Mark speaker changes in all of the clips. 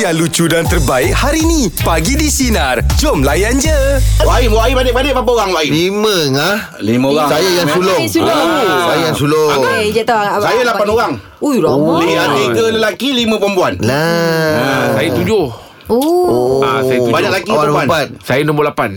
Speaker 1: yang lucu dan terbaik hari ni. Pagi di Sinar. Jom layan je.
Speaker 2: Wahim, Wahim adik-adik berapa orang Wahim?
Speaker 3: Lima ha? ngah.
Speaker 2: Lima orang.
Speaker 3: Saya yang
Speaker 2: Eh.
Speaker 3: sulung.
Speaker 4: yang sulung.
Speaker 3: Ah, Saya yang sulung.
Speaker 4: Okey, je tahu.
Speaker 2: Saya lapan orang.
Speaker 4: eh.
Speaker 2: ya.
Speaker 4: Ui, ramai.
Speaker 2: Dia tiga lelaki, lima perempuan.
Speaker 3: Lah.
Speaker 5: Ah, saya tujuh.
Speaker 4: Oh.
Speaker 5: Ah, saya tujuh.
Speaker 2: Banyak lelaki
Speaker 3: Awak
Speaker 2: perempuan.
Speaker 3: empat.
Speaker 5: Saya nombor lapan.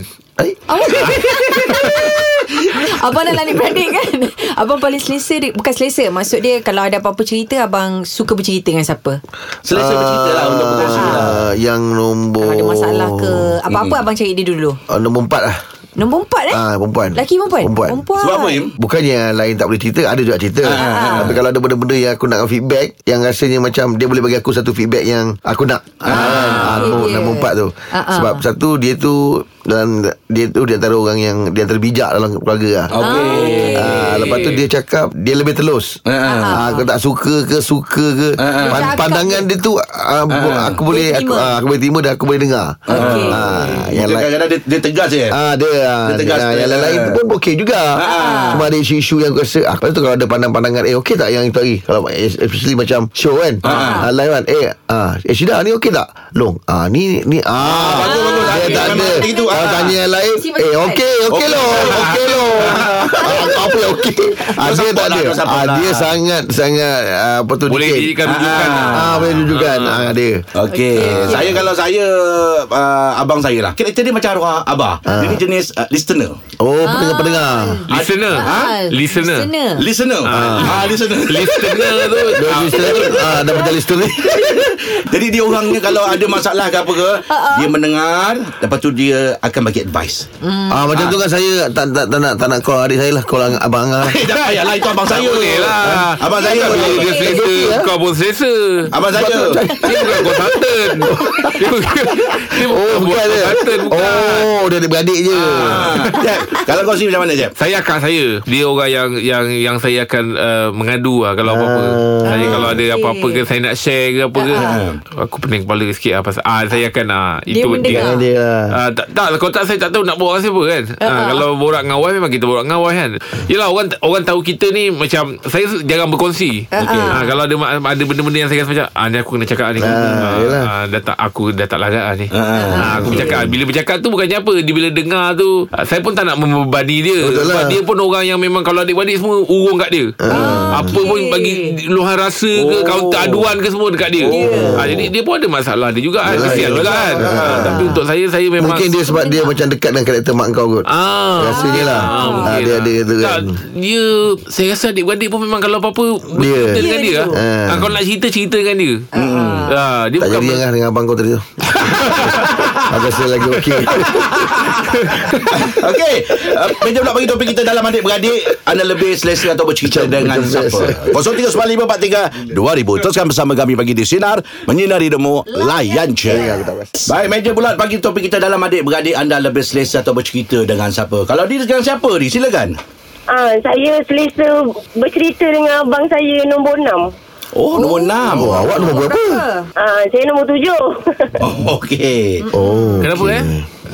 Speaker 4: Abang dah langit beradik kan Abang paling selesa dia, Bukan selesa Maksud dia Kalau ada apa-apa cerita Abang suka bercerita dengan siapa
Speaker 2: Selesa bercerita lah untuk berkongsi lah.
Speaker 3: Ah, Yang
Speaker 4: Kalau
Speaker 3: nombor
Speaker 4: ada masalah ke
Speaker 3: Oh.
Speaker 4: Apa-apa abang cari dia dulu
Speaker 3: Ah, Nombor empat lah
Speaker 4: Nombor empat eh
Speaker 3: Ah, perempuan.
Speaker 4: Laki perempuan
Speaker 3: Perempuan.
Speaker 4: Perempuan
Speaker 2: Sebab apa Im?
Speaker 3: Bukan yang lain tak boleh cerita Ada juga cerita Tapi kalau ada benda-benda Yang aku nak feedback Yang rasanya macam Dia boleh bagi aku satu feedback Yang aku nak ah, ah, Nombor,
Speaker 4: dia.
Speaker 3: nombor empat tu
Speaker 4: Ah, ah.
Speaker 3: Sebab satu Dia tu dan Dia tu di antara orang yang Dia antara bijak dalam keluarga lah
Speaker 2: Okey.
Speaker 3: Ah, lepas tu dia cakap Dia lebih telus ah, Aku tak suka ke Suka ke
Speaker 4: Macam
Speaker 3: pan-
Speaker 4: aku
Speaker 3: Pandangan dia tu ah, bu- Aku boleh
Speaker 4: Boleh
Speaker 3: aku,
Speaker 4: terima.
Speaker 3: ah, aku boleh terima Dan aku boleh dengar
Speaker 4: Okey.
Speaker 3: ah, Yang lain
Speaker 2: Kadang-kadang dia, dia tegas je.
Speaker 3: Ah dia, ah,
Speaker 2: Dia tegas
Speaker 3: ah,
Speaker 2: dia.
Speaker 3: yang lain-lain tu pun okey juga. Cuma ada isu-isu yang aku rasa ah, lepas tu kalau ada pandang-pandangan eh okey tak yang itu hari kalau especially macam show kan. Ah, live kan. Eh ah eh Syida ni okey tak? Long. Ah ni ni ah,
Speaker 2: bagus, bagus.
Speaker 3: Dia
Speaker 2: Okey,
Speaker 3: tak
Speaker 2: memang
Speaker 3: ada.
Speaker 2: macam itu.
Speaker 3: Kalau
Speaker 2: Ah.
Speaker 3: tanya yang lain
Speaker 4: Si
Speaker 3: eh
Speaker 4: berdebat.
Speaker 3: okey okey long. Okey long. Ah, Apa yang okey? Ah
Speaker 2: Kau
Speaker 3: dia
Speaker 2: support
Speaker 3: tak
Speaker 2: lah,
Speaker 3: ada.
Speaker 2: kau support
Speaker 3: Ah
Speaker 2: lah.
Speaker 3: dia sangat sangat ah, apa tu
Speaker 5: Boleh
Speaker 3: dikit.
Speaker 5: dijadikan rujukan.
Speaker 3: Ah boleh tunjukkan ah dia.
Speaker 2: Okey. Ah, Saya kalau saya uh, abang saya lah. Kita dia macam arwah abah. Dia ni jenis uh, listener.
Speaker 3: Oh pendengar-pendengar.
Speaker 5: Listener.
Speaker 3: Ah.
Speaker 5: Ha? Listener.
Speaker 4: Ah, Listener
Speaker 2: Listener. Ah, listener.
Speaker 5: Listener lah tu.
Speaker 3: Dia listener tu, ah dah macam listener
Speaker 2: Jadi dia orangnya kalau ada masalah ke apa ke, dia mendengar, lepas tu dia akan bagi advice.
Speaker 3: Ah macam tu kan saya tak tak, tak nak tak nak call adik saya lah call ang- abang Angah.
Speaker 2: Eh, tak payahlah itu abang saya.
Speaker 5: boleh lah.
Speaker 2: Abang saya.
Speaker 5: Kau bila dia selesa,
Speaker 3: ya.
Speaker 5: kau pun selesa.
Speaker 2: Abang saya.
Speaker 5: Dia bukan konsultan. Dia bukan, dia bukan
Speaker 3: Oh bukan dia.
Speaker 5: konsultan. Bukan.
Speaker 3: Oh dia adik beradik je.
Speaker 5: Ah.
Speaker 2: Ah, Jeb, Kalau kau sini macam mana, Jeb?
Speaker 5: Saya akak saya Dia orang yang Yang yang saya akan uh, Mengadu lah
Speaker 3: Ah.
Speaker 5: Kalau apa-apa Saya kalau ada
Speaker 4: Ah, okey.
Speaker 5: apa-apa ke Saya nak share ke apa ke
Speaker 3: Ah.
Speaker 5: Aku pening kepala sikit lah pasal, ah, Saya akan ah,
Speaker 4: Dia mendengar.
Speaker 3: Dia lah.
Speaker 5: Ah, tak, tak lah, kalau tak saya tak tahu nak borak siapa kan
Speaker 3: Ha,
Speaker 5: ah, Kalau borak dengan wife Memang kita borak dengan wife kan Yelah orang orang tahu kita ni Macam Saya jarang berkongsi
Speaker 3: Ha,
Speaker 5: okay. ah, Kalau ada ma- ada benda-benda yang saya rasa macam ah, Ni aku kena cakap ni
Speaker 3: Ha,
Speaker 5: ah,
Speaker 3: yelah.
Speaker 5: ah, dah tak, Aku dah tak larat lah ni
Speaker 3: Ha,
Speaker 5: ah, Aku bercakap Bila bercakap tu bukannya apa Dia bila dengar tu ah, Saya pun tak nak membebani dia
Speaker 3: Betul
Speaker 5: Sebab
Speaker 3: lah.
Speaker 5: dia pun orang yang memang Kalau adik-adik semua urung kat dia
Speaker 3: Ha.
Speaker 5: Apa pun bagi luahan rasa ke
Speaker 2: Oh.
Speaker 5: Kaunter aduan ke semua dekat dia
Speaker 3: Oh.
Speaker 5: ah, Jadi dia pun ada masalah dia juga kan Kesian juga kan Ah, Tapi untuk saya Saya memang
Speaker 3: Mungkin dia sebab dia macam dekat dengan karakter mak kau kot.
Speaker 5: Ah,
Speaker 3: Rasanya lah.
Speaker 5: ah,
Speaker 3: Ah,
Speaker 5: mungkin
Speaker 3: dia
Speaker 5: lah.
Speaker 3: ada tu
Speaker 5: tak,
Speaker 3: kan.
Speaker 5: Dia Saya rasa adik-beradik pun Memang kalau apa-apa
Speaker 3: Dia.
Speaker 5: Bercerita dengan
Speaker 4: Dia
Speaker 5: dia
Speaker 4: dulu.
Speaker 5: ah. Ah, Kalau nak cerita Cerita dengan dia
Speaker 6: Mm-hmm.
Speaker 5: ah, Dia
Speaker 3: Tak
Speaker 5: bukan
Speaker 3: jadi Angah dengan abang kau tadi tu. Aku rasa lagi okey.
Speaker 2: Okey. Uh, meja pula bagi topik kita dalam adik-beradik. Anda lebih selesa atau bercerita
Speaker 3: Macam
Speaker 2: dengan
Speaker 3: macam
Speaker 2: siapa? 0395432000. Teruskan bersama kami bagi di Sinar. Menyinari Demo. Layan je. Baik, meja bulat bagi topik kita dalam adik-beradik. Anda lebih selesa atau bercerita dengan siapa? Kalau dia dengan siapa ni? Silakan.
Speaker 6: Ah, saya selesa bercerita dengan abang saya nombor 6.
Speaker 2: Oh, nombor enam.
Speaker 3: Oh, awak nombor berapa?
Speaker 6: Ah, saya nombor 7.
Speaker 2: Oh, okey.
Speaker 3: Oh.
Speaker 5: Kenapa eh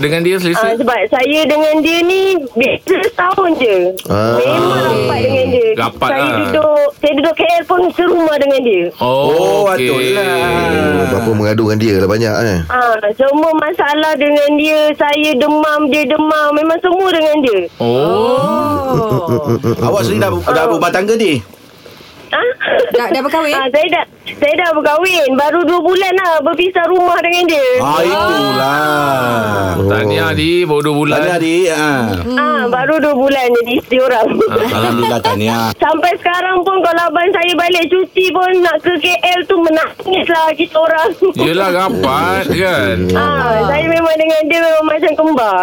Speaker 5: Dengan dia selesa
Speaker 6: Ah, sebab saya dengan dia ni beza setahun je.
Speaker 3: Ah.
Speaker 6: Memang rapat dengan dia.
Speaker 5: Rapat
Speaker 6: saya
Speaker 5: lah.
Speaker 6: duduk saya duduk KL pun serumah dengan dia.
Speaker 5: Oh,
Speaker 2: Oh,
Speaker 5: okay.
Speaker 2: patutlah.
Speaker 3: Oh, Berapa mengadu dengan dia lah banyak eh.
Speaker 6: Ah, semua masalah dengan dia, saya demam, dia demam, memang semua dengan dia.
Speaker 5: Oh
Speaker 4: Oh
Speaker 2: Awak sendiri dah, dah berumah tangga ni?
Speaker 6: Ah.
Speaker 4: Dah, dah berkahwin
Speaker 6: Ah, saya dah saya dah berkahwin, baru 2 bulan lah berpisah rumah dengan dia.
Speaker 2: Ah, itulah.
Speaker 5: Tahniah di Baru dua bulan
Speaker 2: Tahniah, adik. Ah.
Speaker 6: Ah, baru 2 bulan jadi isteri orang.
Speaker 2: Alhamdulillah, tahniah.
Speaker 6: Sampai sekarang pun kalau abang saya balik cuti pun nak ke KL tu menangis lah kita orang.
Speaker 5: Yelah rapat kan
Speaker 6: Ah, saya memang dengan dia memang macam kembar.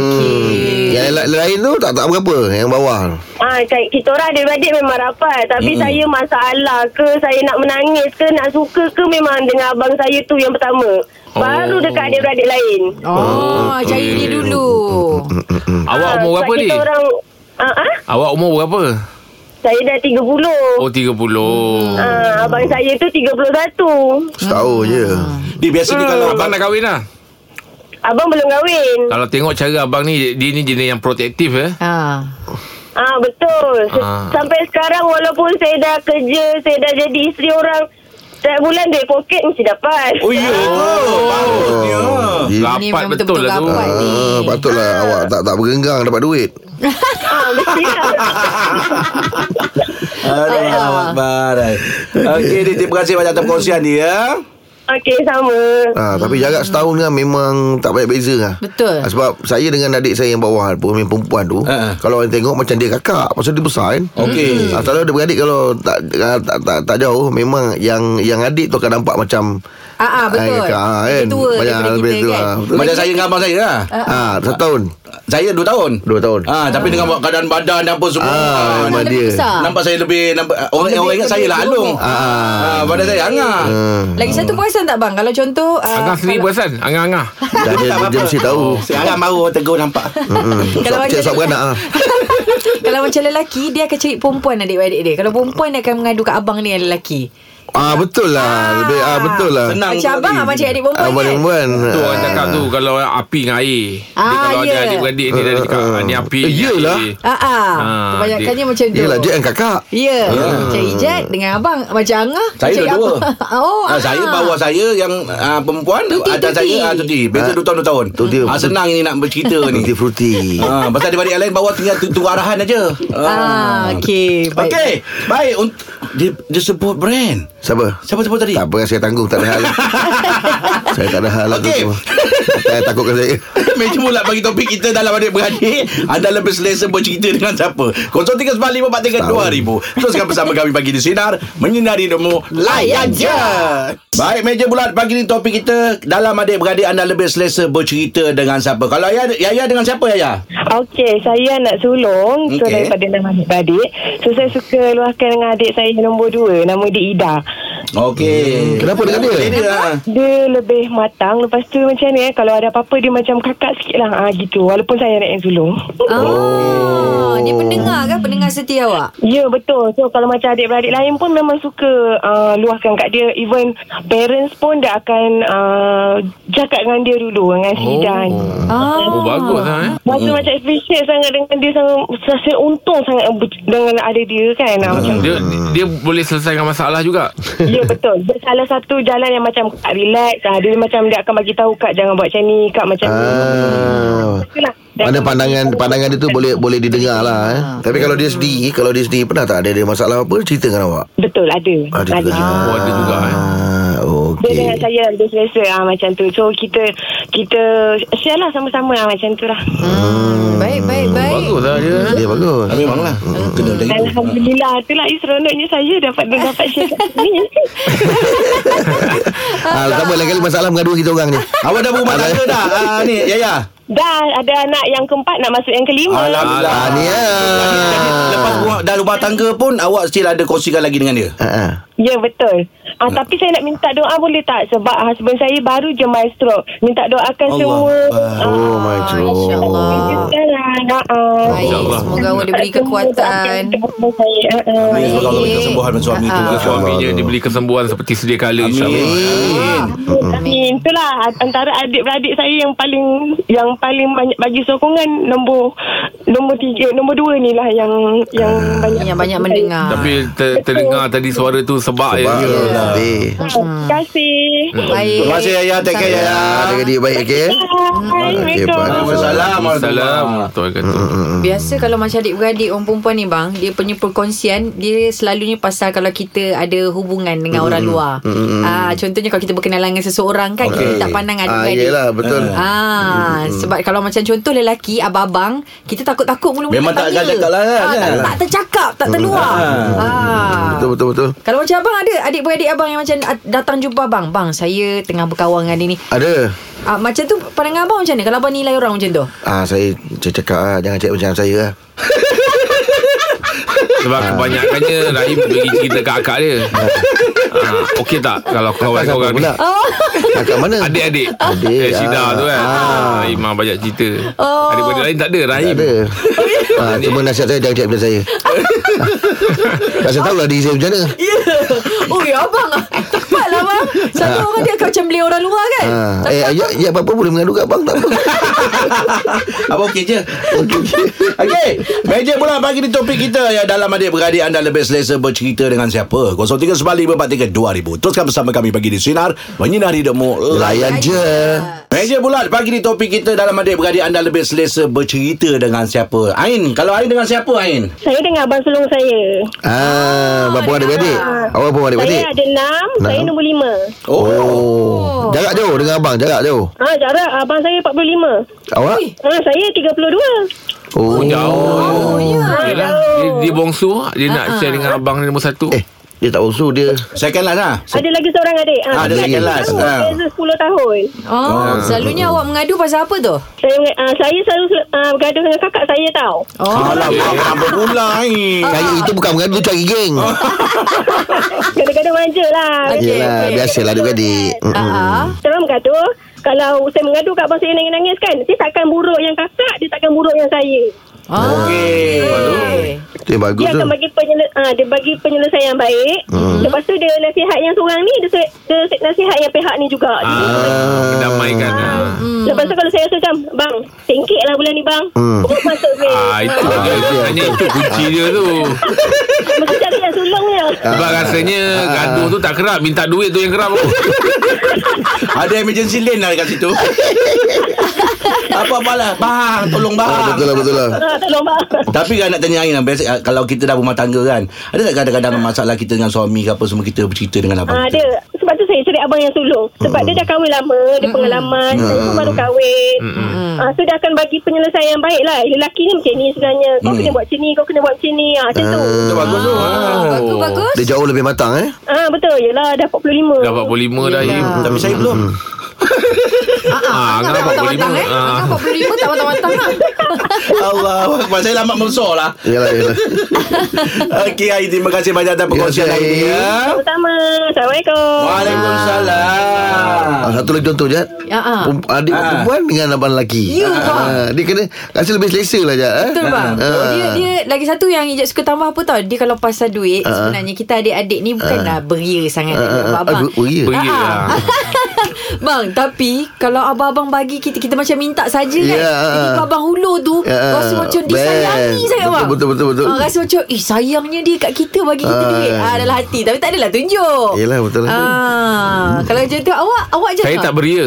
Speaker 3: Hmm. Yang la- lain tu tak tak berapa yang bawah.
Speaker 6: Ah, kayak kita orang adik-adik memang rapat. Tapi
Speaker 5: Hmm.
Speaker 6: mm-hmm. saya masalah ke, saya nak menangis ke, nak suka ke memang dengan abang saya tu yang pertama. Oh. Baru dekat adik-adik lain.
Speaker 4: Oh Cari dia dulu
Speaker 3: hmm,
Speaker 5: Awak
Speaker 6: Ah,
Speaker 5: umur
Speaker 6: sebab
Speaker 5: berapa ni
Speaker 6: Kita orang ah, ah,
Speaker 5: Awak umur berapa
Speaker 6: saya dah 30.
Speaker 5: Oh 30
Speaker 6: Ah, abang saya tu 31.
Speaker 3: Setahun je.
Speaker 2: Di biasanya kalau abang
Speaker 5: Abang nak kahwin lah
Speaker 6: Abang belum kahwin.
Speaker 5: Kalau tengok cara abang ni Dia ni jenis yang protektif eh
Speaker 4: Ah.
Speaker 6: Ah betul. Se-
Speaker 5: Ah.
Speaker 6: Sampai sekarang walaupun saya dah kerja, saya dah jadi isteri orang, Setiap bulan duit poket mesti dapat.
Speaker 2: Oh ya Oh. Bagusnya
Speaker 3: Ye-
Speaker 5: Rapat
Speaker 4: Ini memang
Speaker 5: betul
Speaker 4: betul-betul
Speaker 5: lah tu.
Speaker 4: rapat ni
Speaker 3: Ah, patutlah awak tak tak berenggang dapat duit.
Speaker 6: Ah, mesti lah.
Speaker 3: Ah.
Speaker 2: Allahu Akbar eh. Okey Din terima kasih banyak atas perkongsian ni ya
Speaker 6: Okey, sama.
Speaker 3: Ha, tapi jarak setahun kan memang tak banyak beza lah.
Speaker 4: Hmm. Betul.
Speaker 3: Ha, sebab saya dengan adik saya yang bawah tu, yang perempuan tu,
Speaker 2: Ha.
Speaker 3: kalau orang tengok macam dia kakak, pasal dia besar kan.
Speaker 2: Okey.
Speaker 3: Ha, kalau ada beradik kalau tak tak, tak, tak, tak jauh, memang yang yang adik tu akan nampak macam
Speaker 4: Ah, ah, betul.
Speaker 3: ah, kakak ah,
Speaker 4: Lebih
Speaker 3: kan.
Speaker 4: tua daripada
Speaker 3: lebih
Speaker 4: kita,
Speaker 3: tua,
Speaker 4: kan? Ah,
Speaker 3: betul.
Speaker 2: Macam saya dengan abang saya lah
Speaker 3: Ha, satu tahun.
Speaker 2: Saya 2 tahun
Speaker 3: Dua tahun.
Speaker 2: Ah, tapi dengan keadaan badan apa semua
Speaker 3: Ah,
Speaker 2: ah,
Speaker 3: memang dia.
Speaker 4: lebih besar.
Speaker 2: Nampak saya lebih nampak, Orang,
Speaker 4: Lebih-
Speaker 2: orang ingat saya
Speaker 4: lebih
Speaker 2: lah Alung
Speaker 4: gemuk.
Speaker 2: ah, Badan saya hangat
Speaker 3: Ha.
Speaker 4: Lagi satu perasan tak bang Kalau contoh ah,
Speaker 5: Angah sendiri
Speaker 4: kalau-
Speaker 5: perasan Angah-angah
Speaker 3: Dah dia, dia, dia mesti tahu.
Speaker 2: Sekarang baru orang tegur nampak
Speaker 3: Hmm.
Speaker 4: Kalau
Speaker 3: Kalau
Speaker 4: macam-
Speaker 3: cek sabran ah.
Speaker 4: Kalau macam lelaki Dia akan cari perempuan adik-adik dia Kalau perempuan dia akan mengadu kat abang ni yang lelaki
Speaker 3: Ah betul lah. Lebih ah betul lah.
Speaker 2: Senang
Speaker 4: Macam
Speaker 2: sekali.
Speaker 4: abang abang cari adik
Speaker 3: Ah,
Speaker 4: perempuan kan
Speaker 3: perempuan.
Speaker 5: Tu orang
Speaker 3: Ah.
Speaker 5: cakap tu Kalau api dengan air Dia
Speaker 4: Ah,
Speaker 5: kalau ada
Speaker 4: ya.
Speaker 5: adik-beradik ni Dia cakap ah, Ni api
Speaker 3: Eh,
Speaker 5: ni
Speaker 3: yelah.
Speaker 5: air.
Speaker 4: Ah, ah.
Speaker 5: Ah,
Speaker 4: Kebanyakannya macam tu
Speaker 3: Yelah dia kan Ah. kakak.
Speaker 4: Ya Macam Ijat dengan abang Macam Angah
Speaker 2: Saya
Speaker 4: cari
Speaker 2: dua-dua.
Speaker 4: abang. Oh
Speaker 2: Ah, saya bawah saya yang ah, perempuan
Speaker 4: Tuti,
Speaker 2: ada
Speaker 4: tuti.
Speaker 2: saya ah, tuti. Beza
Speaker 3: Ah.
Speaker 2: dua tahun dua tahun.
Speaker 3: Tu dia.
Speaker 2: Ah, senang ini nak bercerita ni.
Speaker 3: Tutti frutti.
Speaker 2: Ah, pasal daripada yang lain bawah tinggal tu, tu arahan aja.
Speaker 4: Ah, okey. Baik.
Speaker 2: Okey, baik Unt- dia, dia sebut brand.
Speaker 3: Siapa?
Speaker 2: Siapa sebut tadi?
Speaker 3: Tak apa kan saya tanggung Tak ada hal lah. Saya tak ada hal lah
Speaker 2: Okey.
Speaker 3: okay. Tak takutkan saya
Speaker 2: Meja mula bagi topik kita dalam adik-beradik Anda lebih selesa bercerita dengan siapa 0395432000 Teruskan bersama kami pagi di Sinar Menyinari demo Layan je Baik meja bulat pagi ni topik kita Dalam adik-beradik anda lebih selesa bercerita dengan siapa Kalau Yaya, Yaya dengan siapa Yaya?
Speaker 6: Okey, saya anak sulung okay. So
Speaker 2: Okey.
Speaker 6: daripada enam adik-beradik So saya suka luahkan dengan adik saya nombor dua Nama dia Ida
Speaker 2: Okey
Speaker 3: Hmm, Kenapa dengan dia?
Speaker 2: ah.
Speaker 6: Dia lebih matang Lepas tu macam ni eh Kalau ada apa-apa dia macam kakak sikit lah ha, gitu Walaupun saya anak yang sulung
Speaker 4: Oh. Ah, Dia pendengar kan Pendengar setia awak
Speaker 6: Ya betul So kalau macam adik-beradik lain pun Memang suka uh, luahkan kat dia Even parents pun Dia akan uh, Cakap dengan dia dulu Dengan si
Speaker 5: Oh.
Speaker 6: Ida ni
Speaker 4: Ah.
Speaker 5: Oh bagus lah eh
Speaker 6: Rasa
Speaker 3: Hmm.
Speaker 6: mm. macam appreciate sangat dengan dia sangat rasa untung sangat ber- dengan ada dia kan. Ah, Macam
Speaker 5: dia, dia boleh selesaikan masalah juga
Speaker 3: Hmm.
Speaker 6: ya betul. Dia Salah satu jalan yang macam Kak relax. Ah, dia macam dia akan bagi tahu Kak jangan buat macam ni, Kak macam
Speaker 3: Ah.
Speaker 6: ni. Itulah. Dan
Speaker 3: Mana
Speaker 6: akan
Speaker 3: pandangan
Speaker 6: bagi tahu.
Speaker 3: pandangan dia tu boleh boleh didengar lah eh. Tapi kalau dia sendiri Kalau dia sendiri pernah tak ada, ada masalah apa Cerita dengan awak
Speaker 6: Betul ada.
Speaker 3: Ah, dia juga.
Speaker 5: Oh ada juga eh
Speaker 3: ah,
Speaker 6: Dia dengan
Speaker 3: Okey
Speaker 6: saya Dia selesa ah, Macam tu So kita Kita Share lah sama-sama ah, Macam tu lah
Speaker 4: Hmm, Baik baik baik
Speaker 5: Bagus lah dia eh.
Speaker 3: Dia bagus
Speaker 2: Ah, Memanglah Kena dah
Speaker 6: Dan Alhamdulillah Itulah eh, seronoknya saya Dapat dapat share kat sini
Speaker 3: ah, Tak apa lain kali masalah mengadu kita orang ni
Speaker 2: Awak dah berumah tangga dah ah, Ni Yaya
Speaker 6: Dah ada anak yang keempat Nak masuk yang kelima
Speaker 2: Alhamdulillah
Speaker 3: Ah, ni
Speaker 2: Lepas
Speaker 3: ah.
Speaker 2: buat- dah rumah tangga pun Awak still ada kongsikan lagi dengan dia
Speaker 3: Ah, ah.
Speaker 6: Ya betul. Ah tapi saya nak minta doa boleh tak sebab husband saya baru je maestro. Minta doakan
Speaker 2: Allah
Speaker 6: semua.
Speaker 2: Akbar.
Speaker 3: Oh my
Speaker 4: Ah, InsyaAllah
Speaker 3: god
Speaker 6: Sekarang ah, ah.
Speaker 4: Baik
Speaker 5: InsyaAllah.
Speaker 4: Semoga awak diberi kekuatan
Speaker 6: Ah,
Speaker 2: Ya,
Speaker 6: Amin.
Speaker 2: Semoga Allah beri kesembuhan pada suami tu
Speaker 5: Semoga suaminya diberi kesembuhan Seperti sedia kala InsyaAllah
Speaker 2: Amin
Speaker 6: Amin. Itulah antara adik-beradik saya yang paling yang paling banyak bagi sokongan nombor nombor tiga, nombor dua ni lah yang yang
Speaker 2: Ah.
Speaker 6: banyak
Speaker 4: Yang banyak mendengar
Speaker 5: Tapi ter, terdengar tadi suara tu sebab,
Speaker 3: Sebab
Speaker 5: sebab ya.
Speaker 3: Sedih
Speaker 6: Ah,
Speaker 4: Hmm.
Speaker 6: Terima kasih.
Speaker 4: Baik
Speaker 2: Terima kasih Yaya Take care Yaya
Speaker 3: Ah, Jaga diri baik okay
Speaker 6: Bye.
Speaker 3: Okey,
Speaker 6: Assalamualaikum.
Speaker 3: bye.
Speaker 5: Salam
Speaker 2: Waalaikumsalam
Speaker 5: Tuan kata
Speaker 4: Biasa kalau macam adik-beradik orang perempuan ni bang Dia punya perkongsian Dia selalunya pasal kalau kita ada hubungan dengan orang luar mm. Ah, Contohnya kalau kita berkenalan dengan seseorang kan okay. Kita tak pandang
Speaker 3: ah,
Speaker 4: adik-beradik
Speaker 3: Yelah betul
Speaker 4: Ah, sebab kalau macam contoh lelaki abang-abang, kita takut-takut mula-mula
Speaker 2: Memang tak akan
Speaker 4: tanya.
Speaker 2: cakap lah kan?
Speaker 4: Ah, tak, tak tercakap, tak terluar. Ah.
Speaker 3: Betul betul betul
Speaker 4: Kalau macam abang ada adik-beradik abang yang macam ah, datang jumpa abang, bang, saya tengah berkawan dengan dia ni.
Speaker 3: Ada
Speaker 4: Ah, macam tu pandangan abang macam mana? Kalau abang nilai orang macam tu?
Speaker 3: Ah saya saya cakap ah jangan cakap macam saya lah.
Speaker 5: Sebab kebanyakannya Rahim bagi cerita kat akak dia ha, Okey tak Kalau kawan
Speaker 3: Kakak
Speaker 5: seorang ni
Speaker 3: pula. Oh. Kakak mana?
Speaker 5: Adik-adik
Speaker 3: Adik,
Speaker 5: Eh, Sida
Speaker 3: ah.
Speaker 5: tu kan
Speaker 3: Ah.
Speaker 5: ah. Imam banyak cerita
Speaker 4: Oh.
Speaker 5: Adik-adik lain tak ada Rahim
Speaker 3: Tak ada. ah, cuma nasihat saya jangan cakap macam saya. tak saya tahulah diri saya macam mana.
Speaker 4: Ya. Yeah. Oi, abang. Tepatlah abang. Faham Satu orang dia akan macam Beli orang luar kan
Speaker 3: Ha.
Speaker 4: Tapi
Speaker 3: Eh,
Speaker 4: aku-
Speaker 3: ayat, ayat apa-apa boleh mengadu kat bang tak apa.
Speaker 2: Abang okey je Okey Meja bulan pagi ni topik kita Ya dalam adik-beradik anda Lebih selesa bercerita dengan siapa 0395432000 Teruskan bersama kami Pagi di Sinar Menyinari demo
Speaker 3: Layan je.
Speaker 2: Meja bulat pagi ni topik kita Dalam adik-beradik anda Lebih selesa bercerita dengan siapa Ain Kalau Ain dengan siapa Ain?
Speaker 6: Saya dengan abang sulung saya.
Speaker 3: Ah, berapa orang adik-beradik?
Speaker 6: Ah.
Speaker 3: Awak berapa orang adik-beradik?
Speaker 6: Saya ada enam,
Speaker 3: Enam.
Speaker 6: saya nombor lima.
Speaker 3: Oh. Jarak jauh dengan abang, jarak jauh.
Speaker 6: Ha, jarak abang saya 45.
Speaker 3: Awak?
Speaker 6: Ha, saya 32.
Speaker 3: Oh.
Speaker 5: Jauh
Speaker 6: Ha,
Speaker 5: Yelah dia, dia bongsu ah. Dia nak share dengan abang dia nombor satu
Speaker 3: Eh, dia tak usul dia.
Speaker 2: Second last lah
Speaker 6: Ada lagi seorang adik. Ha,
Speaker 2: Ah, ada
Speaker 6: tapi
Speaker 2: lagi
Speaker 6: adik
Speaker 2: last.
Speaker 6: saya
Speaker 2: Ah.
Speaker 6: Beza 10 tahun.
Speaker 4: Oh, selalunya awak mengadu pasal apa tu?
Speaker 6: Saya uh, saya selalu uh, bergaduh dengan kakak saya tau.
Speaker 2: Ah.
Speaker 4: Oh,
Speaker 2: Alamak Apa pula Ain?
Speaker 3: Cari itu bukan mengadu, cari geng.
Speaker 6: Kadang-kadang manja lah.
Speaker 2: Ah, ya,
Speaker 4: Okey,
Speaker 3: Yelah,
Speaker 4: okey.
Speaker 3: biasalah adik-beradik. Mm.
Speaker 4: ah,
Speaker 6: Terus bergaduh. Kalau saya mengadu kat abang saya nangis-nangis kan, dia takkan buruk yang kakak, dia takkan buruk yang saya.
Speaker 4: ah. Okey.
Speaker 3: Itu yang Eh, bagus
Speaker 6: Dia
Speaker 3: tu.
Speaker 6: akan bagi penyel- uh, dia bagi penyelesaian yang baik. Lepas tu dia nasihat yang seorang ni, dia, se- dia se- nasihat yang pihak ni juga.
Speaker 3: Ah.
Speaker 5: Damaikan ah.
Speaker 6: Hmm. Lepas tu kalau saya rasa macam Bang Sengkit lah bulan ni bang hmm. Masuk ni
Speaker 5: Ah, itu dia. Hanya itu kunci dia tu
Speaker 6: Mesti cari yang sulungnya
Speaker 5: Sebab rasanya Gaduh tu tak kerap Minta duit tu yang kerap
Speaker 2: Ada emergency lane lah dekat situ Apa-apa lah Bang Tolong bang
Speaker 3: Ah, betul lah, betul lah.
Speaker 6: ha, Tolong bang
Speaker 2: Tapi kan nak tanya Ain lah, biasa, ah, Kalau kita dah berumah tangga kan Ada tak kadang-kadang masalah kita dengan suami ke apa Semua kita bercerita dengan abang
Speaker 6: Ah,
Speaker 2: kita
Speaker 6: ada. Sebab tu saya cari abang yang sulung. Sebab dia dah kahwin lama, dia pengalaman, saya pun baru kahwin. Ah, so dia akan bagi penyelesaian yang baik lah. Eh, Lelaki ni macam ni sebenarnya. Kau kena buat macam ni, kau kena buat macam ni. Ah, macam tu.
Speaker 2: Itu bagus tu
Speaker 4: Ah, Bagus, bagus.
Speaker 3: Dia jauh lebih matang eh.
Speaker 6: Ah, betul. Yelah, dah 45.
Speaker 5: Dah 45 dah Im
Speaker 3: ah.
Speaker 2: Tapi saya belum
Speaker 3: Hmm,
Speaker 5: Ah,
Speaker 4: Angah tak
Speaker 5: Angah
Speaker 4: matang-matang eh.
Speaker 5: 45 ah.
Speaker 4: Angah 45 tak matang-matang lah.
Speaker 2: Allah Akbar Saya lambat membesar lah
Speaker 3: Yalah, yalah.
Speaker 2: Okey Ain Terima kasih banyak atas perkongsian
Speaker 3: Ya,
Speaker 2: hari ini
Speaker 3: Ain.
Speaker 2: ya.
Speaker 6: Terutama. Assalamualaikum.
Speaker 2: Waalaikumsalam
Speaker 3: Ah, satu lagi contoh je.
Speaker 4: Ya, ah.
Speaker 3: Pem- Adik
Speaker 2: Ah.
Speaker 3: perempuan dengan abang lelaki.
Speaker 4: Ya, bang.
Speaker 3: Ah, Dia kena rasa lebih selesa lah je.
Speaker 4: Betul bang Oh,
Speaker 3: Ah.
Speaker 4: Dia dia lagi satu yang Ijat suka tambah apa tau Dia kalau pasal duit Sebenarnya kita adik-adik ni Bukanlah
Speaker 3: Ah,
Speaker 4: beria sangat dengan abang-abang.
Speaker 3: Abang. Ya.
Speaker 4: Ah,
Speaker 5: Pergi lah
Speaker 4: ah. Bang tapi Kalau abang-abang bagi Kita kita macam minta saja kan
Speaker 3: Ya, ah.
Speaker 4: Tiba-tiba abang hulur tu
Speaker 3: Ya, ah.
Speaker 4: Rasa macam disayangi
Speaker 3: Best.
Speaker 4: sangat
Speaker 3: Betul,
Speaker 4: bang
Speaker 3: betul, betul, betul.
Speaker 4: Ah, Rasa macam Eh sayangnya dia kat kita Bagi kita
Speaker 3: Ah.
Speaker 4: duit ah, Dalam hati Tapi tak adalah tunjuk
Speaker 3: Yelah, betul lah.
Speaker 4: ah, Kalau macam tu Awak awak je Ah.
Speaker 5: Saya tak beria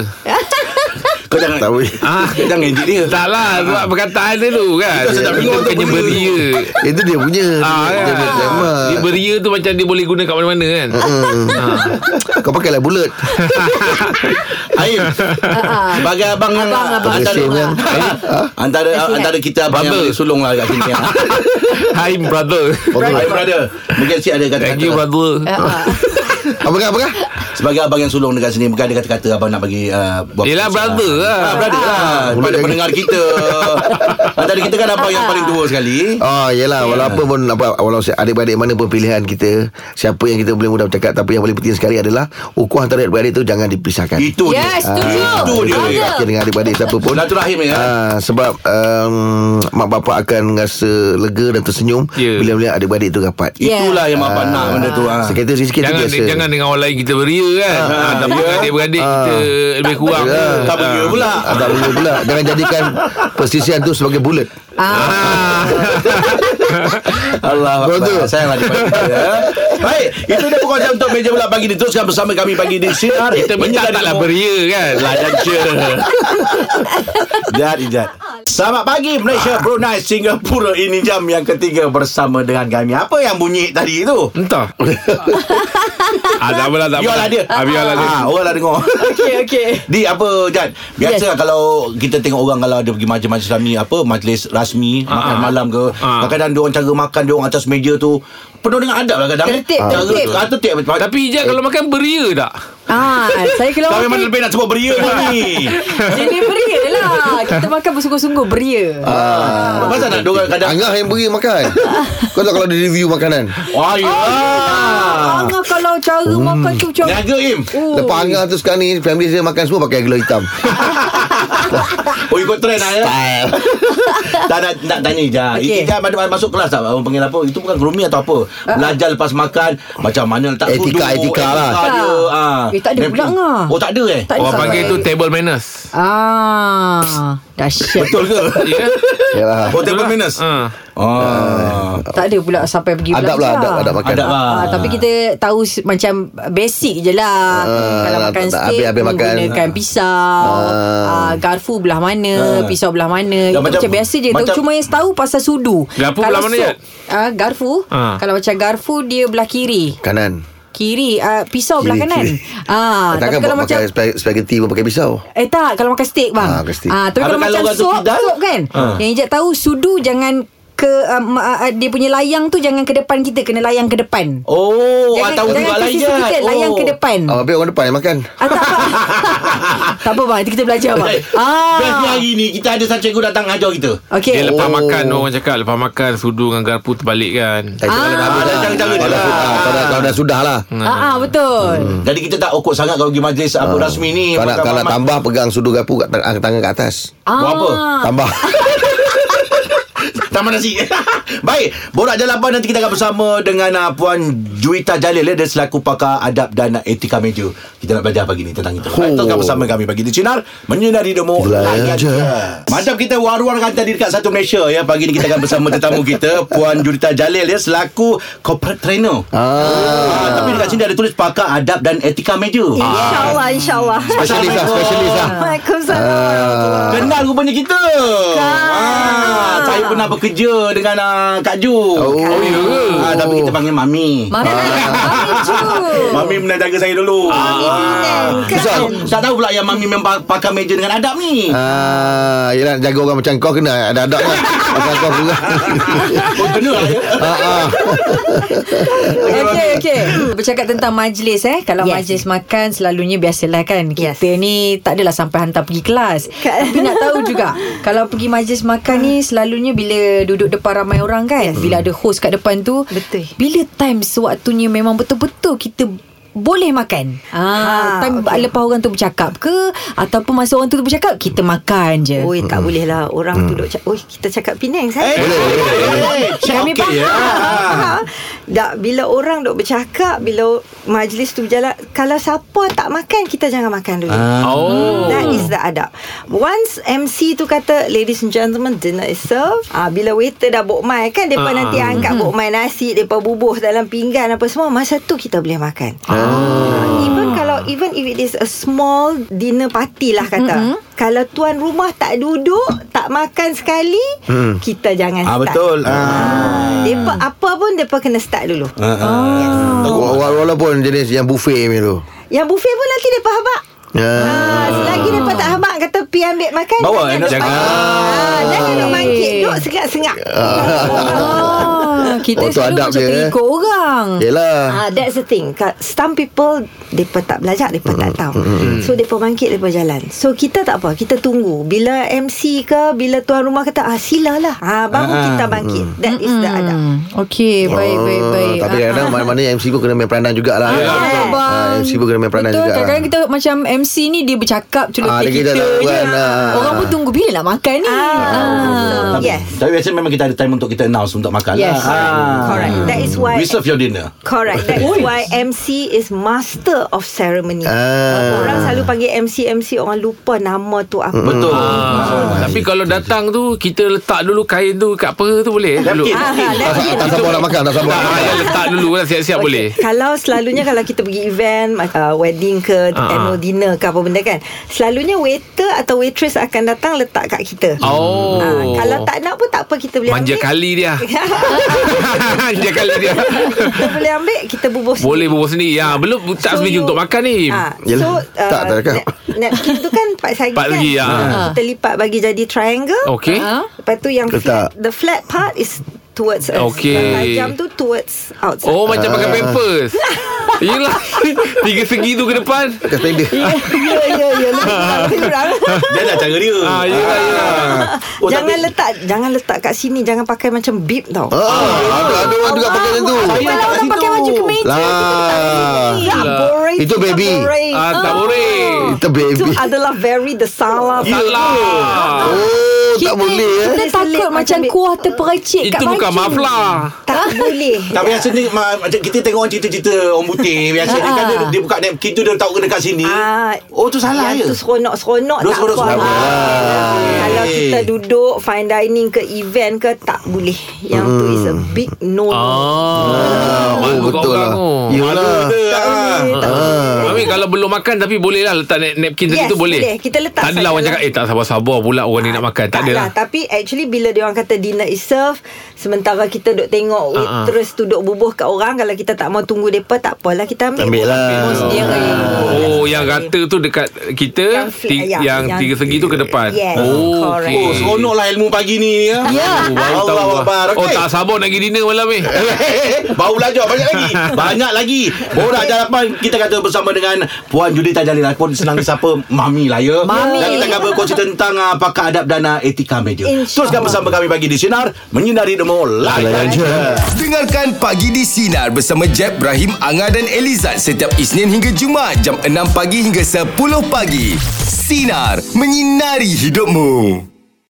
Speaker 2: Kau jangan
Speaker 3: Tak boleh.
Speaker 5: Ah,
Speaker 2: Jangan edit dia
Speaker 5: tak lah Sebab perkataan dia tu kan
Speaker 2: Kita sedap
Speaker 5: Kita
Speaker 2: minum tu
Speaker 5: bukannya
Speaker 2: beria.
Speaker 5: beria
Speaker 3: Itu dia punya.
Speaker 5: Ah,
Speaker 3: Dia-
Speaker 5: kan?
Speaker 3: dia punya tema.
Speaker 5: Dia beria tu macam dia boleh guna kat mana-mana kan
Speaker 3: Hmm. Kau pakailah bulat.
Speaker 2: Ain Sebagai abang yang
Speaker 4: Abang, abang.
Speaker 2: Antara,
Speaker 3: Terkesan yang.
Speaker 2: antara, antara kita Abang yang
Speaker 5: Bubble.
Speaker 2: boleh sulung lah kat sini ya.
Speaker 5: Hi brother
Speaker 2: Ain brother Mungkin si ada
Speaker 5: Thank
Speaker 2: kata-kata
Speaker 5: you
Speaker 2: lah.
Speaker 5: brother
Speaker 4: Ah,
Speaker 3: Apa kah, apa kah?
Speaker 2: Sebagai abang yang sulung dekat sini Mungkin ada kata-kata Abang nak bagi uh, buat
Speaker 5: Yelah
Speaker 2: pesan
Speaker 5: brother lah
Speaker 2: Ah, brother lah Pada
Speaker 3: Boleh
Speaker 2: pendengar kita Antara kita kan abang yang paling tua sekali
Speaker 3: Oh yelah Walau apa pun apa, Walau si- adik-beradik mana pun pilihan kita Siapa yang kita boleh mudah bercakap Tapi yang paling penting sekali adalah Ukuah antara adik-beradik tu Jangan dipisahkan
Speaker 2: Itu
Speaker 4: Yes
Speaker 2: dia
Speaker 4: setuju
Speaker 2: Itu dia.
Speaker 4: Betul.
Speaker 3: Kita Ah, dengan adik-beradik siapa pun
Speaker 2: Silaturahim ya
Speaker 3: Ah, sebab um, mak bapak akan rasa lega dan tersenyum
Speaker 5: Ya.
Speaker 3: bila melihat adik-beradik tu rapat.
Speaker 4: Ya.
Speaker 2: Itulah yang abang nak benda tu ah.
Speaker 3: Sekretar sikit tu
Speaker 5: Jangan
Speaker 3: biasa.
Speaker 5: jangan dengan orang lain kita beria kan. Ha, tapi dengan adik-beradik kita lebih kurang.
Speaker 3: beria.
Speaker 5: ke.
Speaker 2: Tak pergi pula
Speaker 3: Ah, tak boleh pula. Jangan jadikan persisian tu sebagai bulat.
Speaker 4: ah.
Speaker 5: Ah.
Speaker 2: Allah
Speaker 3: Betul.
Speaker 2: Akbar. Sayang lah dia panggil kita, ya. Baik Itu dia perkongsian untuk meja bulat pagi ni Teruskan bersama kami pagi di Sinar
Speaker 5: Kita minta
Speaker 2: Menyinari
Speaker 5: taklah
Speaker 2: rumah.
Speaker 5: beria kan.
Speaker 2: Layan je Jat Ijat Selamat pagi Malaysia, Brunei, Singapura Ini jam yang ketiga bersama dengan kami Apa yang bunyi tadi tu?
Speaker 5: Entah. ah, tak apalah, tak apalah.
Speaker 2: Biarlah dia
Speaker 5: Ah, biarlah dia.
Speaker 2: Ah, Orang lah dengar
Speaker 4: Okey okey
Speaker 2: Di apa Jan Biasa yes. kalau Kita tengok orang Kalau dia pergi majlis-majlis ni Apa Majlis rasmi Makan malam ke
Speaker 5: Ah.
Speaker 2: Kadang-kadang dia orang cara makan Dia orang atas meja tu Penuh dengan adab lah kadang
Speaker 4: Tertib,
Speaker 2: Cara-
Speaker 4: tertib.
Speaker 2: ah, tertib
Speaker 5: Tapi Ijaz kalau makan beria tak?
Speaker 4: ah, Saya kalau
Speaker 2: Kau memang
Speaker 4: makan
Speaker 2: lebih nak sebut beria ni
Speaker 4: Jadi beria lah Kita makan bersungguh-sungguh beria
Speaker 2: Ah. Pasal nak diorang kadang
Speaker 3: Angah yang beri makan. Kau tahu kalau dia review makanan.
Speaker 2: Wah ya
Speaker 4: Angah Ah, kalau cara
Speaker 3: Hmm.
Speaker 4: makan tu macam
Speaker 2: Niaga Im
Speaker 4: Oh.
Speaker 3: Lepas Angah tu sekarang ni Family saya makan semua pakai gelo hitam
Speaker 2: Oh ikut trend lah ya
Speaker 3: Style.
Speaker 2: Tak nak, nak tanya je
Speaker 4: Okey. Ah.
Speaker 2: okay. Ijah ada masuk kelas tak Orang panggil apa Itu bukan grooming atau apa Belajar lepas makan Macam mana letak
Speaker 3: Etika-
Speaker 2: tudung,
Speaker 3: etika lah.
Speaker 2: dia, ah.
Speaker 4: Eh, tak ada
Speaker 2: Dan-
Speaker 4: pula, Ngah.
Speaker 2: Oh tak ada eh
Speaker 4: Tak ada
Speaker 5: Orang
Speaker 4: sangat.
Speaker 5: panggil tu table manners
Speaker 4: Ah, dahsyat.
Speaker 2: Betul ke
Speaker 5: Ya
Speaker 3: Yalah.
Speaker 2: Oh table manners
Speaker 5: ha.
Speaker 3: Ah.
Speaker 2: Oh
Speaker 4: Tak ada pula sampai pergi
Speaker 3: Adab lah,
Speaker 4: belajar.
Speaker 3: adab, adab makan.
Speaker 2: Adab lah.
Speaker 4: Ah, tapi kita tahu s- macam basic je lah.
Speaker 3: Ah,
Speaker 4: Kalau makan
Speaker 3: tak- tak,
Speaker 4: steak,
Speaker 3: habis- habis makan.
Speaker 4: menggunakan pisau.
Speaker 3: Ah.
Speaker 4: Ah, garfu belah mana,
Speaker 2: Ah.
Speaker 4: pisau belah mana.
Speaker 2: Dah
Speaker 4: Itu
Speaker 2: macam-
Speaker 4: macam, biasa je. Macam,
Speaker 2: macam-
Speaker 4: Cuma yang tahu pasal sudu.
Speaker 5: Ya, Garfu belah mana, Yat?
Speaker 4: Ah, garfu.
Speaker 5: Ah.
Speaker 4: Kalau macam garfu, dia belah kiri.
Speaker 3: Kanan.
Speaker 4: Kiri, ah, pisau belah
Speaker 3: Kiri,
Speaker 4: kanan.
Speaker 3: kiri.
Speaker 4: Ah, tapi
Speaker 3: Takkan
Speaker 4: kalau
Speaker 3: buat
Speaker 4: macam...
Speaker 3: makan spa- spaghetti pun pakai pisau.
Speaker 4: Eh tak Kalau makan steak bang
Speaker 3: Ah, makan steak.
Speaker 4: ah,
Speaker 2: Habis
Speaker 4: Tapi kalau
Speaker 2: kalau
Speaker 4: macam
Speaker 2: orang tu
Speaker 4: sup
Speaker 2: pidal?
Speaker 4: Sup kan
Speaker 2: Ah.
Speaker 4: Yang Ijat tahu Sudu jangan ke um, uh, dia punya layang tu jangan ke depan kita kena layang ke depan
Speaker 2: Oh ah, Tahu
Speaker 4: jangan
Speaker 2: juga lah
Speaker 4: ke sisi
Speaker 2: Ijah
Speaker 4: kita layang
Speaker 2: Oh.
Speaker 4: ke depan
Speaker 3: Ah, habis orang depan yang makan.
Speaker 4: ah, tak apa tak apa bang nanti kita belajar bang
Speaker 2: Bestnya
Speaker 4: ah
Speaker 2: hari Eh, ni Kita ada satu cikgu datang ajar kita
Speaker 4: okey
Speaker 5: Dia lepas
Speaker 3: Oh.
Speaker 5: makan Orang cakap Lepas makan Sudu dengan garpu terbalik kan
Speaker 3: Tak
Speaker 4: Ah.
Speaker 3: ada
Speaker 2: Ah, dah cara-cara dia lah.
Speaker 3: Kalau dah sudah lah.
Speaker 4: ah, ah betul
Speaker 2: Jadi kita tak okok sangat Kalau pergi majlis Apa rasmi ni
Speaker 3: Ah. Kalau nak,
Speaker 2: makan
Speaker 3: kalau nak
Speaker 2: mamak.
Speaker 3: tambah pegang sudu gapu kat tang- tangan kat atas.
Speaker 4: ah
Speaker 2: Buat apa?
Speaker 3: Tambah.
Speaker 2: Taman nasi Baik Borak Jalapan Nanti kita akan bersama Dengan uh, Puan Juwita Jalil ya, Dia selaku pakar Adab dan Etika Meja Kita nak belajar pagi ni Tentang itu Baik,
Speaker 3: Oh.
Speaker 2: Teruskan bersama kami Bagi di Cinar Menyinari Demo
Speaker 3: Layan
Speaker 2: Layan
Speaker 3: je.
Speaker 2: Mantap kita Waruan hantar diri Dekat satu Malaysia ya Pagi ni kita akan bersama Tetamu kita Puan Juwita Jalil ya, Selaku Corporate Trainer
Speaker 3: Ah.
Speaker 2: Ah, tapi dekat sini ada tulis pakar adab dan etika meja.
Speaker 4: Ya,
Speaker 7: InsyaAllah InsyaAllah
Speaker 3: Specialist lah, specialist lah.
Speaker 7: Waalaikumsalam
Speaker 3: Ah.
Speaker 2: Kenal rupanya kita. Ah, saya pernah bekerja dengan ah, Kak Ju. Oh,
Speaker 5: ya ke?
Speaker 2: Ah, tapi kita panggil mami.
Speaker 4: Mami Mami Ju
Speaker 2: Mami pernah jaga saya dulu.
Speaker 7: Binan,
Speaker 2: Ah.
Speaker 7: kan?
Speaker 2: Ustaz, Tak tahu pula yang mami memang pakai meja dengan adab ni.
Speaker 3: Ah, yelah jaga orang macam kau kena ada adab kan. Macam kau kurang.
Speaker 2: Oh, kena lah ya.
Speaker 3: ah, ah.
Speaker 4: Okey okey. Hmm, Bercakap tentang majlis eh. Kalau yes.
Speaker 7: Yes.
Speaker 4: majlis makan selalunya biasalah kan. Kita
Speaker 7: Yes. Kan.
Speaker 4: ni tak adalah sampai hantar pergi kelas.
Speaker 7: Ka-
Speaker 4: Tapi nak tahu juga kalau pergi majlis makan ni
Speaker 7: Hmm.
Speaker 4: selalunya bila duduk depan ramai orang kan. Bila ada host kat depan tu.
Speaker 7: Betul.
Speaker 4: Bila time sewaktunya memang betul-betul kita boleh makan. Ah, ha,
Speaker 7: Ha,
Speaker 4: time okay.
Speaker 7: okey.
Speaker 4: lepas orang tu bercakap ke ataupun masa orang tu bercakap kita makan je.
Speaker 7: Oi tak boleh lah Orang tu duk cakap Oi kita cakap Penang saya
Speaker 2: Eh, Boleh.
Speaker 4: Kami
Speaker 2: Okey ya.
Speaker 7: Ha. Tak, bila orang duk bercakap Bila majlis tu berjalan Kalau siapa tak makan Kita jangan makan
Speaker 2: Ah.
Speaker 7: dulu
Speaker 5: Oh
Speaker 7: That is the adab Once MC tu kata Ladies and gentlemen Dinner is served ah, Bila waiter dah bok mai Kan mereka
Speaker 5: Ah.
Speaker 7: nanti angkat bok mai nasi Mereka bubuh dalam pinggan apa semua Masa tu kita boleh makan
Speaker 5: Ah.
Speaker 7: Ah, Even kalau Even if it is a small Dinner party lah kata
Speaker 5: Mm-hmm.
Speaker 7: Kalau tuan rumah tak duduk Tak makan sekali
Speaker 5: Hmm.
Speaker 7: Kita jangan
Speaker 2: Ah
Speaker 7: start
Speaker 2: betul.
Speaker 7: Ah. Mereka apa pun Mereka kena start dulu
Speaker 2: Ah.
Speaker 3: Wa- wa- Walaupun jenis yang buffet ni tu.
Speaker 7: Yang buffet pun nanti mereka habak
Speaker 3: Ah.
Speaker 7: Ah, selagi mereka tak habak kata pi ambil makan.
Speaker 2: Bawa, eh, nak-
Speaker 7: jangan duk mangkit. Ah, jangan duk mangkit, duk sengak-sengak.
Speaker 4: Ah, kita
Speaker 3: Oh, tu
Speaker 4: selalu
Speaker 3: adab
Speaker 4: macam
Speaker 3: dia, eh.
Speaker 2: ya.
Speaker 4: terikut orang.
Speaker 3: Yelah.
Speaker 7: Ah, that's the thing. Ka- Some people Mereka tak belajar Mereka tak tahu So mereka mangkit Mereka jalan So kita tak apa Kita tunggu Bila MC ke Bila tuan rumah kata ah, Silalah ah, Baru kita bangkit That is the adab
Speaker 4: Hmm, Okey, baik, baik, baik.
Speaker 3: Oh, Tapi
Speaker 4: Ah, ya,
Speaker 3: kadang-kadang mana-mana MC pun kena main peranan jugalah.
Speaker 5: Yelah,
Speaker 7: betul.
Speaker 3: Ah, MC pun kena main peranan
Speaker 4: Betul,
Speaker 3: juga. lah.
Speaker 4: kadang-kadang kita macam MC ni dia bercakap celup
Speaker 3: Ah,
Speaker 4: ah,
Speaker 3: dia
Speaker 4: kita,
Speaker 3: kita tak
Speaker 4: je.
Speaker 3: buat, ah.
Speaker 4: Orang pun tunggu bila nak makan ni. Ah.
Speaker 7: Yes
Speaker 2: Tapi biasanya memang kita ada time untuk kita announce untuk makan
Speaker 4: Yes.
Speaker 2: lah. Ah.
Speaker 7: Correct That is why
Speaker 2: We serve your dinner.
Speaker 7: Correct That is why MC is master of ceremony
Speaker 3: Ah.
Speaker 7: Orang selalu panggil MC MC Orang lupa nama tu apa
Speaker 2: Betul.
Speaker 5: Ah, tapi kalau datang tu kita letak dulu kain tu kat perut tu boleh eh? dulu.
Speaker 2: Napkin,
Speaker 5: Ah,
Speaker 2: napkin.
Speaker 3: Tak, tak sabar nak makan, tak sabar.
Speaker 5: ah, yang letak dulu lah siap-siap okay. boleh.
Speaker 7: Kalau selalunya kalau kita pergi event uh, Wedding ke
Speaker 5: Ah,
Speaker 7: Annual
Speaker 5: ah.
Speaker 7: dinner ke apa benda kan Selalunya waiter atau waitress akan datang letak kat kita
Speaker 5: Oh.
Speaker 7: Ah, Kalau tak nak pun tak apa kita boleh
Speaker 5: manja
Speaker 7: ambil
Speaker 5: kali lah. dia. manja kali dia.
Speaker 7: Kita boleh ambil Kita bubuh sendiri.
Speaker 5: boleh berbual sendiri. Ya, belum tak
Speaker 7: So,
Speaker 5: setuju
Speaker 7: you-
Speaker 5: untuk makan ni.
Speaker 7: Ah,
Speaker 3: Yelah.
Speaker 7: so, uh,
Speaker 3: Tak, tak cakap.
Speaker 7: na- napkin tu kan empat segi
Speaker 5: Empat
Speaker 7: kan?
Speaker 5: segi, ah.
Speaker 7: Ah, Kita lipat bagi jadi triangle.
Speaker 5: Okey.
Speaker 4: Ah.
Speaker 7: Lepas tu yang
Speaker 3: Letak.
Speaker 7: flat, the flat part is towards us.
Speaker 5: Okey.
Speaker 7: Yang tajam tu towards outside.
Speaker 5: Oh, macam pakai pampers. Yelah Tiga segi tu ke depan
Speaker 3: Pakai sepeda.
Speaker 7: Ya, ya, ya. Lebih kurang.
Speaker 2: Dia dah cara dia.
Speaker 5: Ah, yelah, yelah.
Speaker 2: Oh,
Speaker 7: jangan
Speaker 2: tapi-
Speaker 7: letak Jangan letak kat sini Jangan pakai macam bib tau
Speaker 3: Ah, ada ada orang juga pakai
Speaker 7: ah,
Speaker 3: macam tu.
Speaker 7: Kalau orang pakai baju kemeja
Speaker 3: Lah.
Speaker 7: Ya, boring
Speaker 3: Itu
Speaker 7: Kita
Speaker 3: baby.
Speaker 7: boring.
Speaker 5: ah, Tak boleh
Speaker 3: Kita
Speaker 7: Itu
Speaker 3: baby
Speaker 7: adalah very the salah
Speaker 5: Ya. Salah
Speaker 3: Oh tak boleh eh
Speaker 4: Kita
Speaker 7: eh.
Speaker 4: takut
Speaker 7: Selit
Speaker 4: macam
Speaker 7: macam
Speaker 4: kuah terpercik kat
Speaker 5: Itu bukan
Speaker 4: mancing.
Speaker 5: maflah
Speaker 7: Tak boleh
Speaker 2: Tak biasa ni ma- macam kita tengok orang cerita-cerita orang putih biasa ni kan dia, dia buka napkin tu dia tahu kena kat sini.
Speaker 7: Ha, Ah,
Speaker 2: oh tu salah ya.
Speaker 7: Yang tu seronok-seronok
Speaker 2: Dua
Speaker 7: tak
Speaker 2: seronok-seronok.
Speaker 7: apa.
Speaker 2: Ah.
Speaker 7: Kalau
Speaker 2: Eh.
Speaker 7: kita duduk fine dining ke event ke tak boleh. Yang tu is a big no.
Speaker 5: Ah,
Speaker 3: Oh
Speaker 5: malu kat
Speaker 3: betul
Speaker 5: orang
Speaker 3: lah
Speaker 5: tu.
Speaker 3: Yelah
Speaker 7: Tak boleh, tak boleh.
Speaker 5: Mami kalau belum makan Tapi boleh lah Letak nap- napkin tadi
Speaker 7: Ah. Yes,
Speaker 5: tu boleh
Speaker 7: boleh. Kita letak
Speaker 5: Tak adalah orang
Speaker 7: sajalah.
Speaker 5: cakap Eh tak sabar-sabar pula Orang ni nak makan Tak
Speaker 7: lah
Speaker 5: adalah
Speaker 7: Tapi actually bila dia orang kata dinner is served Sementara kita duduk tengok
Speaker 5: Ah, ah.
Speaker 7: uh-huh. Terus duduk bubuh kat orang Kalau kita tak mau tunggu mereka Tak apalah kita ambil
Speaker 3: Ambil lah.
Speaker 7: Bubuh sendiri
Speaker 5: Ah. Oh yang rata tu dekat kita
Speaker 7: Yang fi-
Speaker 5: ti-
Speaker 7: yang-
Speaker 5: Yang
Speaker 7: yang-
Speaker 5: tiga segi tu ke depan
Speaker 7: Yes,
Speaker 5: Oh
Speaker 7: correct.
Speaker 5: okey.
Speaker 2: Oh seronok lah ilmu pagi ni ya.
Speaker 5: Oh, baru tahu
Speaker 2: Allah
Speaker 5: lah.
Speaker 2: Akbar.
Speaker 5: Oh
Speaker 2: Okay.
Speaker 5: tak sabar nak pergi dinner malam ni
Speaker 2: Baru belajar banyak lagi. Banyak lagi. Borak jarapan kita kata bersama dengan Puan Judita Jalila pun senang siapa Mami lah ya.
Speaker 4: Mami.
Speaker 2: Dan kita cover kongsi tentang uh, pakar adab dan uh, etika meja.
Speaker 7: Insya
Speaker 2: Teruskan bersama kami pagi di sinar menyinari demo layan
Speaker 3: Layan
Speaker 2: je.
Speaker 3: je.
Speaker 1: Dengarkan Pagi di Sinar bersama Jeb, Ibrahim, Anga dan Elizad setiap Isnin hingga Jumaat jam 6 pagi hingga 10 pagi. Sinar, menyinari hidupmu.